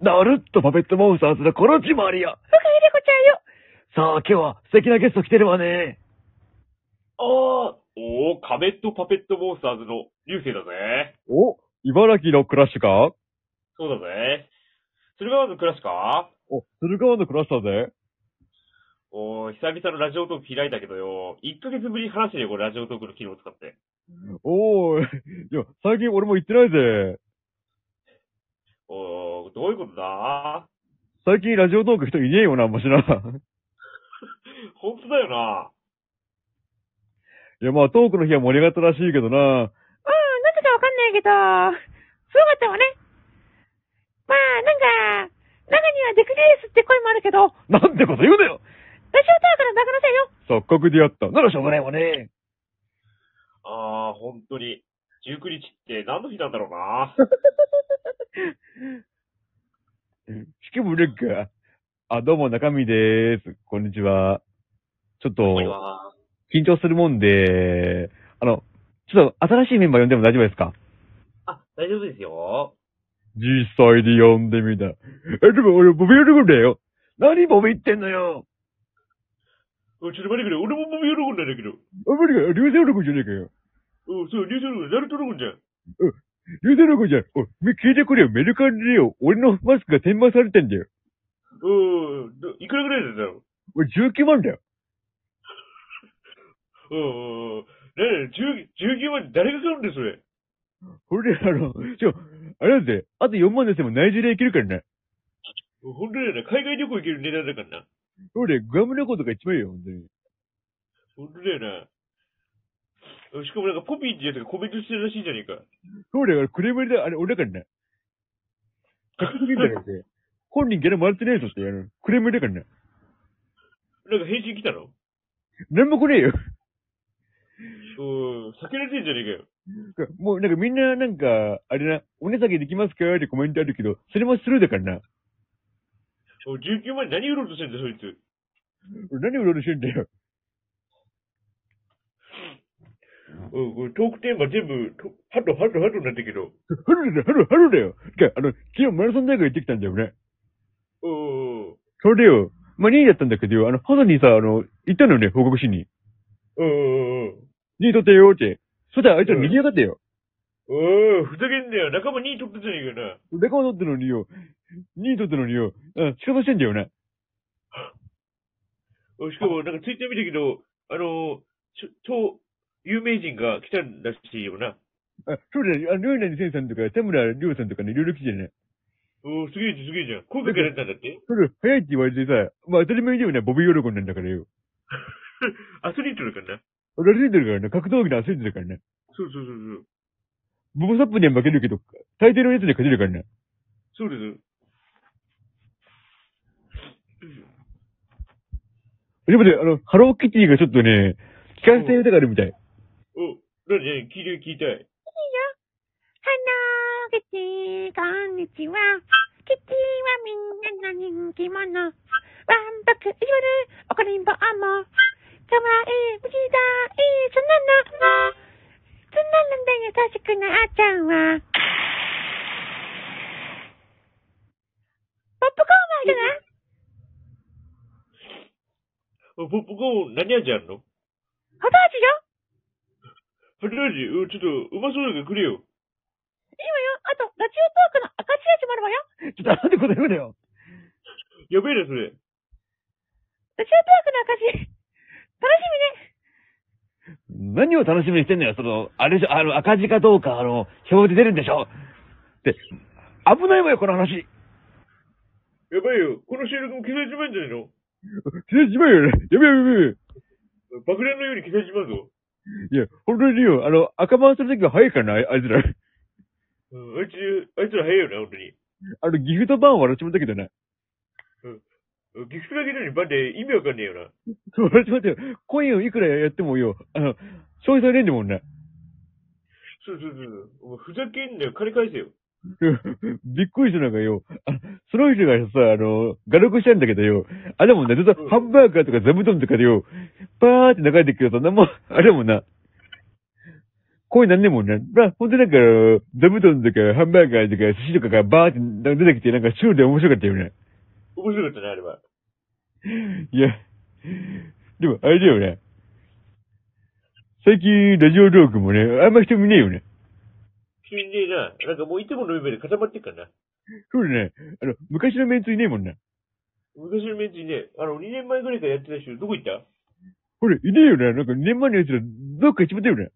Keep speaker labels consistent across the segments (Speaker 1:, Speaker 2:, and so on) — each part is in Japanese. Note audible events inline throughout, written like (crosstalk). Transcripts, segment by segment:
Speaker 1: なるっとパペットモンスターズのコロチマリア。おかえりこちゃんよ。さあ、今日は素敵なゲスト来てるわね。
Speaker 2: ああ、おお、カメットパペットモンスターズの流星だぜ。
Speaker 1: お、茨城のクラッシュか
Speaker 2: そうだぜ。鶴川のクラシか
Speaker 1: お、鶴川のクラッシュだぜ。
Speaker 2: おお、久々のラジオトーク開いたけどよ、1ヶ月ぶりに話してるよ、これラジオトークの機能を使って。
Speaker 1: おー、いや、最近俺も行ってないぜ。
Speaker 2: おお、どういうことだ
Speaker 1: 最近ラジオトーク人いねえよな、あんましな。 (laughs) い
Speaker 2: 本当だよな。
Speaker 1: や、まあトークの日は盛り上がったらしいけどな。
Speaker 3: うん、なんでかわかんないけど、すごかったわね。まあ、なんか、中にはデクレースって声もあるけど、
Speaker 1: なんてこと言うなよ
Speaker 3: ラジオトークの中野さんよ。
Speaker 1: 錯覚でやった。ならしょうがないわね。
Speaker 2: ああ、本当に。19日って何の日なんだろうな。
Speaker 1: しかもレッカ。 (laughs) あ、どうも中身でーす。こんにちは。ちょっと、
Speaker 2: こんにちは
Speaker 1: 緊張するもんで、あの、ちょっと新しいメンバー呼んでも大丈夫ですか
Speaker 2: あ、大丈夫ですよ。
Speaker 1: 実際に呼んでみた。え、でも俺、ボビ喜んだよ。何ボビってんのよ。
Speaker 2: うんちょっと待ってくれ、俺ももう喜んだんだけど。
Speaker 1: あ、無理か、流星喜んじゃねえかよ。
Speaker 2: うん、そう、流星のナルトロゴンじゃん。
Speaker 1: 流星喜んじゃん。おい、み聞いてくれよ。メルカリでよ。俺のマスクが転売されてんだよ。
Speaker 2: うん、どいくらぐらいなんだろう。
Speaker 1: 俺19万だよ。
Speaker 2: うんうんうん。ねえ、19 19万誰が買うんだよ、それ。
Speaker 1: これで、あの、ちょ、あれだぜ。あと4万出せばナイジェリア行けるからね。
Speaker 2: 本当だよな。海外旅行行ける値段だからな。
Speaker 1: 俺、グアム旅行とか一番いいよ、本当に。
Speaker 2: 本当だよな。しかもなんか、ポピーってやつがコメントしてるらしいじゃねえか。
Speaker 1: そうだよ、クレーム入れだ、あれ、俺だからね。確
Speaker 2: (laughs)
Speaker 1: 認だよ、これ本人ギャラもらってねえぞってやる。クレーム入れだからね。
Speaker 2: なんか返信来たの
Speaker 1: なんも来ねえよ。 (laughs)
Speaker 2: うん、避けられてんじゃねえかよ。
Speaker 1: もうなんかみんななんか、あれな、お値下げできますかってコメントあるけど、それもスルーだからな。
Speaker 2: おい19万円何売ろうとしてんだよ、そいつ。
Speaker 1: 俺何をロールしてんだよ。
Speaker 2: うん、これトークテーマ全部、とハトハトハトになってるけど。
Speaker 1: 春だよ、春、春だよ。てか、あの、昨日マラソン大会行ってきたんだよね。
Speaker 2: うん、うん
Speaker 1: それでよ、まあ2位だったんだけどよ、あの、ハドにさ、あの、行ったのよね、報告しに。
Speaker 2: うん、うん、うん。
Speaker 1: 2位取ってよって。そしたらあいつら逃げやがってよ。
Speaker 2: おい、ふざけんなよ。仲間2位取ったじゃねえかよな。
Speaker 1: 仲間取ってんのによ、2位取ってんのによ、うん、仕方してんだよね。
Speaker 2: おいしかも、なんかツイッター見たけど、あのー、ちょ超有名人が来たんだしいよな。
Speaker 1: あ、そうだよ、あの、ヨイナニセンさんとか、田村りょうさんとかね、いろいろ来てね。
Speaker 2: おー、すげえじゃん、すげえじゃん。声かけられたんだって
Speaker 1: それ、早いって言われてさ、まあ当たり前だよね、ボビー喜んなんだからよ。
Speaker 2: アスリートだからな。
Speaker 1: 俺はついてるからね、格闘技のアスリートだからね。
Speaker 2: そうそうそう
Speaker 1: ボブサップには負けるけど、大抵のやつには勝てるからね。
Speaker 2: そう。そうです。
Speaker 1: でもね、あの、ハローキティがちょっとね、機関性歌があるみたい。
Speaker 2: お、なになに聞いて、聞いたい。
Speaker 3: ハロー、キティ、こんにちは。キティはみんなの人気者。ワンパク、いわる、おかりんぼうも。かわいい、無事だ、いい、そんなの。そんなのだよ、優しくなあちゃんは。ポップコーンはいるな。
Speaker 2: おポップコーン、何味あんの
Speaker 3: ほとんどよ。
Speaker 2: フル味、うんちょっと、うまそうだからくれよ。
Speaker 3: いいわよ。あと、ラジオトークの赤字味もあるわよ。
Speaker 1: ちょっとなんでこと言うのよ。
Speaker 2: やべえな、それ。
Speaker 3: ラジオトークの赤字。楽しみね。
Speaker 1: 何を楽しみにしてんのよ、その、あれでしょ、あの、赤字かどうか、あの、表で出るんでしょ。って、危ないわよ、この話。
Speaker 2: やばいよ。この収録も消されちまうんじゃないの
Speaker 1: 死ねしまうよね。やべやべや
Speaker 2: 爆弾のように消されちまうぞ。
Speaker 1: べ。いや、本当によ、あの、赤番するときは早いからな、あいあいつら。
Speaker 2: うん、あいつ、あいつら早いよな、本当に。
Speaker 1: あの、ギフトバーンは私もだけどな。
Speaker 2: うんギフトだけなのにバンで意味わかんねえよな。
Speaker 1: そう、私もだよ。コインをいくらやってもよ、あの、消費されんでもんな。
Speaker 2: そうそうそうそう。お前ふざけんなよ、金返せよ。
Speaker 1: (laughs) びっくりしたのがよ、あのその人がさ、あの、画力したんだけどよ、あれだもんな、ずっと
Speaker 2: うん
Speaker 1: ハンバーガーとか座布団とかでよ、バーって流れてくると、なんも、あれだもんな、こういうなんでもね、まあ、ほんとなんか、座布団とか、ハンバーガーとか、寿司とかがバーってなんか出てきて、なんかシュールで面白かったよね。
Speaker 2: 面白かったね、あれは。
Speaker 1: いや、でも、あれだよね。最近、ラジオトークもね、あんま人見ねえよね。
Speaker 2: 急にねえな。なんかもういつもの夢で固まってっからな。
Speaker 1: そうだね。あの、昔のメンツいねえもんな。
Speaker 2: 昔のメンツにね、あの、2年前ぐらいからやってた人、どこ行った
Speaker 1: ほれ、いねえよな。なんか2年前のやつら、どっか行っちまったよね。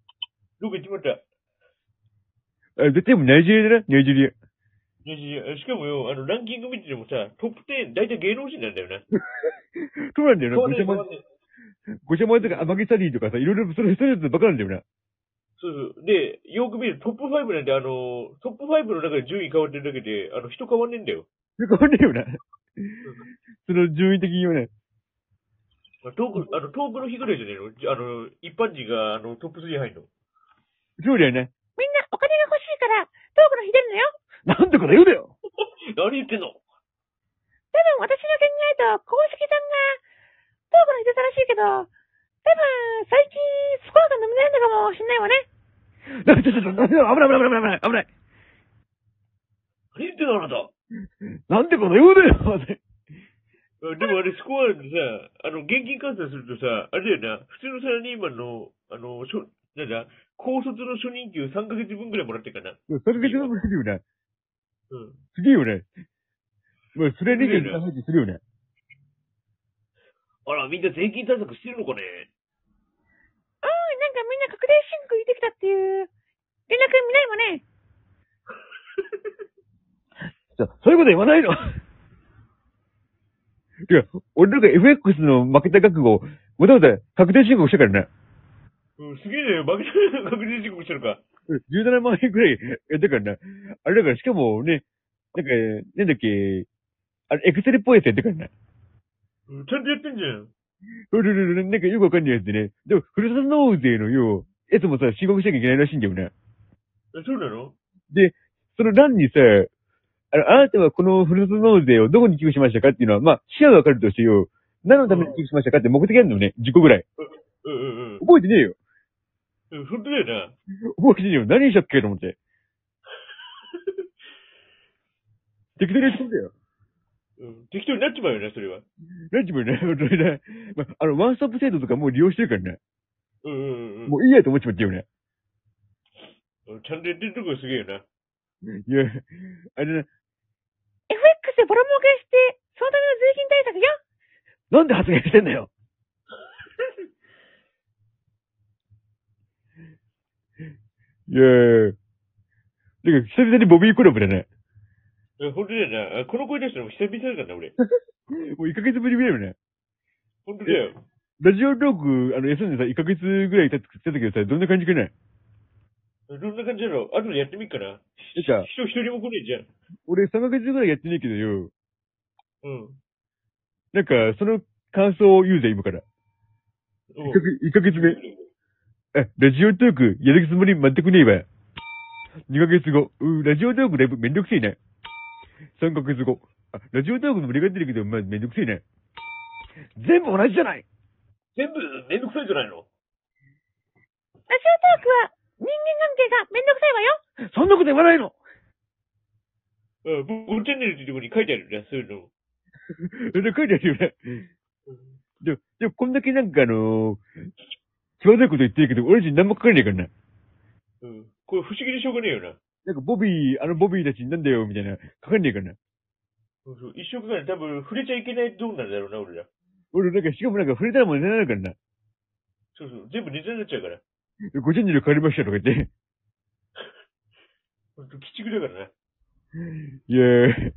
Speaker 2: どこ行っちまった
Speaker 1: あ、絶対もうナイジェリアだな、ナイジェリア。
Speaker 2: いやいやいやしかもよ、あの、ランキング見ててもさ、トップ10、大体芸能人なんだよな。
Speaker 1: そうなんだよな。ご
Speaker 2: そうね
Speaker 1: ちゃま
Speaker 2: そうね
Speaker 1: ごちゃまぜとか、アマゲサリーとかさ、いろいろそれ一つばっかなんだよな。
Speaker 2: そうそう。で、よく見るとトップ5なんて、あの、トップ5の中で順位変わってるだけで、あの、人変わんねえんだよ。
Speaker 1: 変わんねえよな。その順位的にはね。
Speaker 2: まあトーク、あの、トークの日ぐらいじゃねえのあの、一般人が、あの、トップ3入ん
Speaker 1: そ
Speaker 2: の。
Speaker 1: うだよね。
Speaker 3: みんなお金が欲しいから、トークの日出るのよ。
Speaker 1: なんてこと言うだよ
Speaker 2: 何言ってんの
Speaker 3: 多分私の考えと公式さんが、トークの日出たらしいけど、多分最近スコアが飲みないのかもしんないわね。
Speaker 1: なんてちょっと、なんて危ない危ない危ない危ない危ない
Speaker 2: 何言ってんのあな
Speaker 1: な
Speaker 2: た
Speaker 1: んてこと言うだよ
Speaker 2: でもあれ、スコアでさ、あの、現金換算するとさ、あれだよな、普通のサラリーマンの、あの、しょなんだ、高卒の初任給3ヶ月分ぐらいもらってるかな。
Speaker 1: それが一番難しいよね。
Speaker 2: うん。
Speaker 1: すげえよね。まあ、それに考えてするよね。
Speaker 2: あら、みんな税金対策してるのかね
Speaker 3: うん、なんかみんな拡大申告できたっていう、連絡見ないわね。
Speaker 1: じゃあそういうこと言わないの (laughs) いや、俺なんか FX の負けた覚悟を、わざわざ確定申告したからね。
Speaker 2: うん、すげえね、負けたら確認申告してるか。
Speaker 1: 17万円くらいやったからな。あれだから、しかもね、なんか、なんだっけ、あれ、エクセルっぽいやつやったからな。
Speaker 2: うん、ちゃんとやってんじゃん。
Speaker 1: うるるるなんかよくわかんないやつでね。でも、ふるさと納税のよう、やつもさ、申告しなきゃいけないらしいんだよね。
Speaker 2: え、そうなの
Speaker 1: その欄にさ、あの、あなたはこのふるさと納税をどこに寄付しましたかっていうのは、まあ、視野はわかるとしてよ、何のために寄付しましたかって目的あるのね、10個ぐらい。
Speaker 2: うんうん
Speaker 1: 覚えてねえよ。
Speaker 2: うん。うん、本当だよな。
Speaker 1: 覚えてねえよ。何したっけと思って。適当にやってんだよ。
Speaker 2: うん、適当になっちまうよな、それは。
Speaker 1: ランチもね、本当にね。まあ、あの、ワンストップ制度とかもう利用してるからね。
Speaker 2: うんうんうん。
Speaker 1: もういいやと思っちまってよね。
Speaker 2: うんちゃんとやってるとこがすげえよな。
Speaker 1: いや、あれね、
Speaker 3: FX でボロ儲けして、そのための税金対策よ。
Speaker 1: なんで発言してんだよいやー。てか、久々にボビーコラボだね。
Speaker 2: え、本当だよな。あこの声出したのも久々だからな、俺。
Speaker 1: もう1ヶ月ぶりぐらいよね。
Speaker 2: 本当だよ。
Speaker 1: ラジオトーク、あの、休んでさ、1ヶ月ぐらい経ってたけどさ、どんな感じかね
Speaker 2: どんな感じだろう後でやってみっかな。
Speaker 1: なんか、
Speaker 2: 人一人も来ねえじゃん。
Speaker 1: 俺3ヶ月ぐらいやってねえけどよ。
Speaker 2: うん。
Speaker 1: なんか、その感想を言うぜ、今から。
Speaker 2: うん
Speaker 1: 1ヶ月、一ヶ月目。え、ラジオトーク、やるつもり全くねえわ。2ヶ月後、うーラジオトークだいぶめんどくせえね。3ヶ月後、あ、ラジオトークの盛り上がってるけど、まあ、めんどくせえね。全部同じじゃない
Speaker 2: 全部めんどくさいんじゃないの
Speaker 3: ラジオトークは人間関係がめんどくさいわよ。
Speaker 1: そんなこと言わないの
Speaker 2: うん、僕、チャンネルっていうところに書いてあるんだ、そういうの。
Speaker 1: それ書いてあるよね。
Speaker 2: うん
Speaker 1: でも、でもこんだけなんかあのー、際どいこと言ってるけど、俺たち何も書かれねえからな。
Speaker 2: うん。これ不思議でしょうがねえよな。
Speaker 1: なんかボビー、あのボビーたちなんだよ、みたいな、書かれねえからな。
Speaker 2: そうそう一生かかる。多分、触れちゃいけないゾーンなんだろうな、俺ら。
Speaker 1: 俺なんか、しかもなんか触れたらもう寝られないからな。
Speaker 2: そうそう。全部ネタになっちゃうから。
Speaker 1: ごチャンネル変わりましたとか言って。
Speaker 2: ほんと、鬼畜だからな。
Speaker 1: いやー。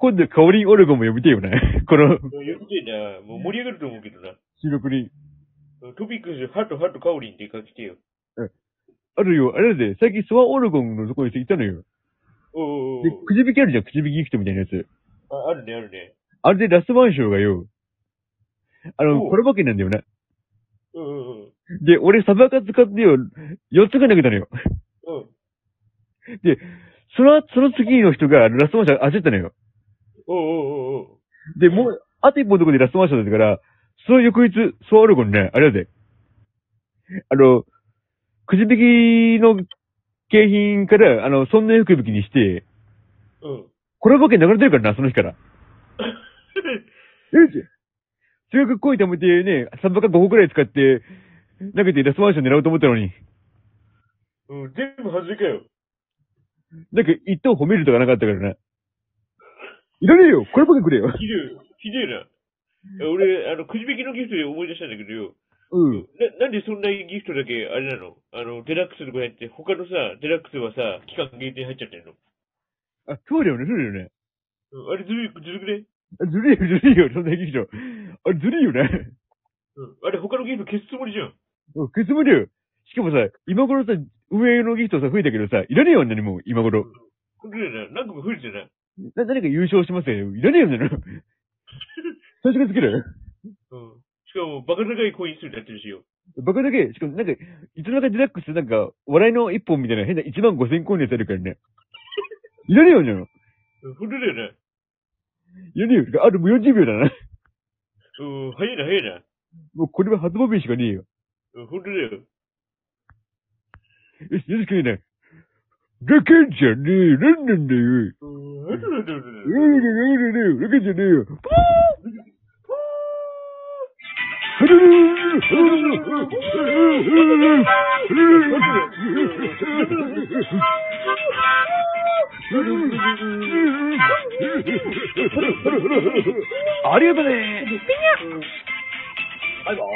Speaker 1: 今度、カオリンオレゴンも呼びてえよね。 (laughs) この
Speaker 2: うんやりてえな。もう盛り上がると思うけどな。
Speaker 1: 収録に。
Speaker 2: うんトピックス、ハトハトカオリンって書きてよ。
Speaker 1: あるよ、あれだぜ。最近ソワオレゴンのとこに行ったのよ。
Speaker 2: おーおー
Speaker 1: で、くじ引きあるじゃん、くじ引きギフトみたいなやつ。
Speaker 2: おーああるね、あるね。
Speaker 1: あれでラストワン賞がよ。あの、
Speaker 2: おう
Speaker 1: コラボ券なんだよな。
Speaker 2: うんうんうん。
Speaker 1: で、俺サバカ使ってよ、4つが投げたのよ。
Speaker 2: うん。
Speaker 1: その、その次の人があのラストワン賞焦ったのよ。
Speaker 2: おーおーおーお
Speaker 1: で、もう、あと一本のとこでラストワン賞だったから、その翌日、ソワオレゴンね、あれだぜ。あの、くじ引きの景品から、あの、そんな福引きにして、
Speaker 2: うん。 (laughs)
Speaker 1: コラボ券流れてるからな、その日から。よし中学行為貯めてね、3箱か5個くらい使って、投げてラストマンション狙おうと思ったのに、
Speaker 2: うん、全部外れかよ。
Speaker 1: なんか一等褒めるとかなかったからな。いらねえよコラボ券くれよ
Speaker 2: ひどい、ひどいな。俺、あの、くじ引きのギフトで思い出したんだけどよ。
Speaker 1: うん。
Speaker 2: な、なんでそんなギフトだけ、あれなのあの、デラックスとかやって、他のさ、デラックスはさ、期間限定入っちゃってるの。
Speaker 1: あ、そうだよね、そうだよね。
Speaker 2: うん、あれずるい、ずるくね
Speaker 1: あずるいよ、ずるいよ、そんな劇場。あ、ずるいよね。
Speaker 2: うん。あれ他のギフト消すつもりじゃん。
Speaker 1: うん、くすむよ。しかもさ、今頃さ、上のギフトさ、増えたけどさ、いらねえよ、あんなにもう、今頃。
Speaker 2: 本当だよな。何個も増えるじゃない
Speaker 1: な、誰か優勝しますよ。いらねえよ、あんなの。最初からつける
Speaker 2: うん。しかも、バカ高いコイン数になってるしよ。
Speaker 1: バカだけ、しかもなんか、いつの間にかデラックスなんか、笑いの一本みたいな変な1万5千コインのやつあるからね。いらねえよ、あんなの。
Speaker 2: うん、本当だよな。
Speaker 1: いらねえよ。あともう40秒だな。
Speaker 2: うん、早いな、早いな。
Speaker 1: もうこれは初ボビーしかねえよ。
Speaker 2: うん、本当だよ。
Speaker 1: よし、よろしくね。ロケンじゃねえよ。なんなんだよ。
Speaker 2: うん、本当だよ、本当だ
Speaker 1: う
Speaker 2: よ。
Speaker 1: ん、うん、うん、うん、ロケンじゃねえよ。ありがとね
Speaker 2: バイバイ。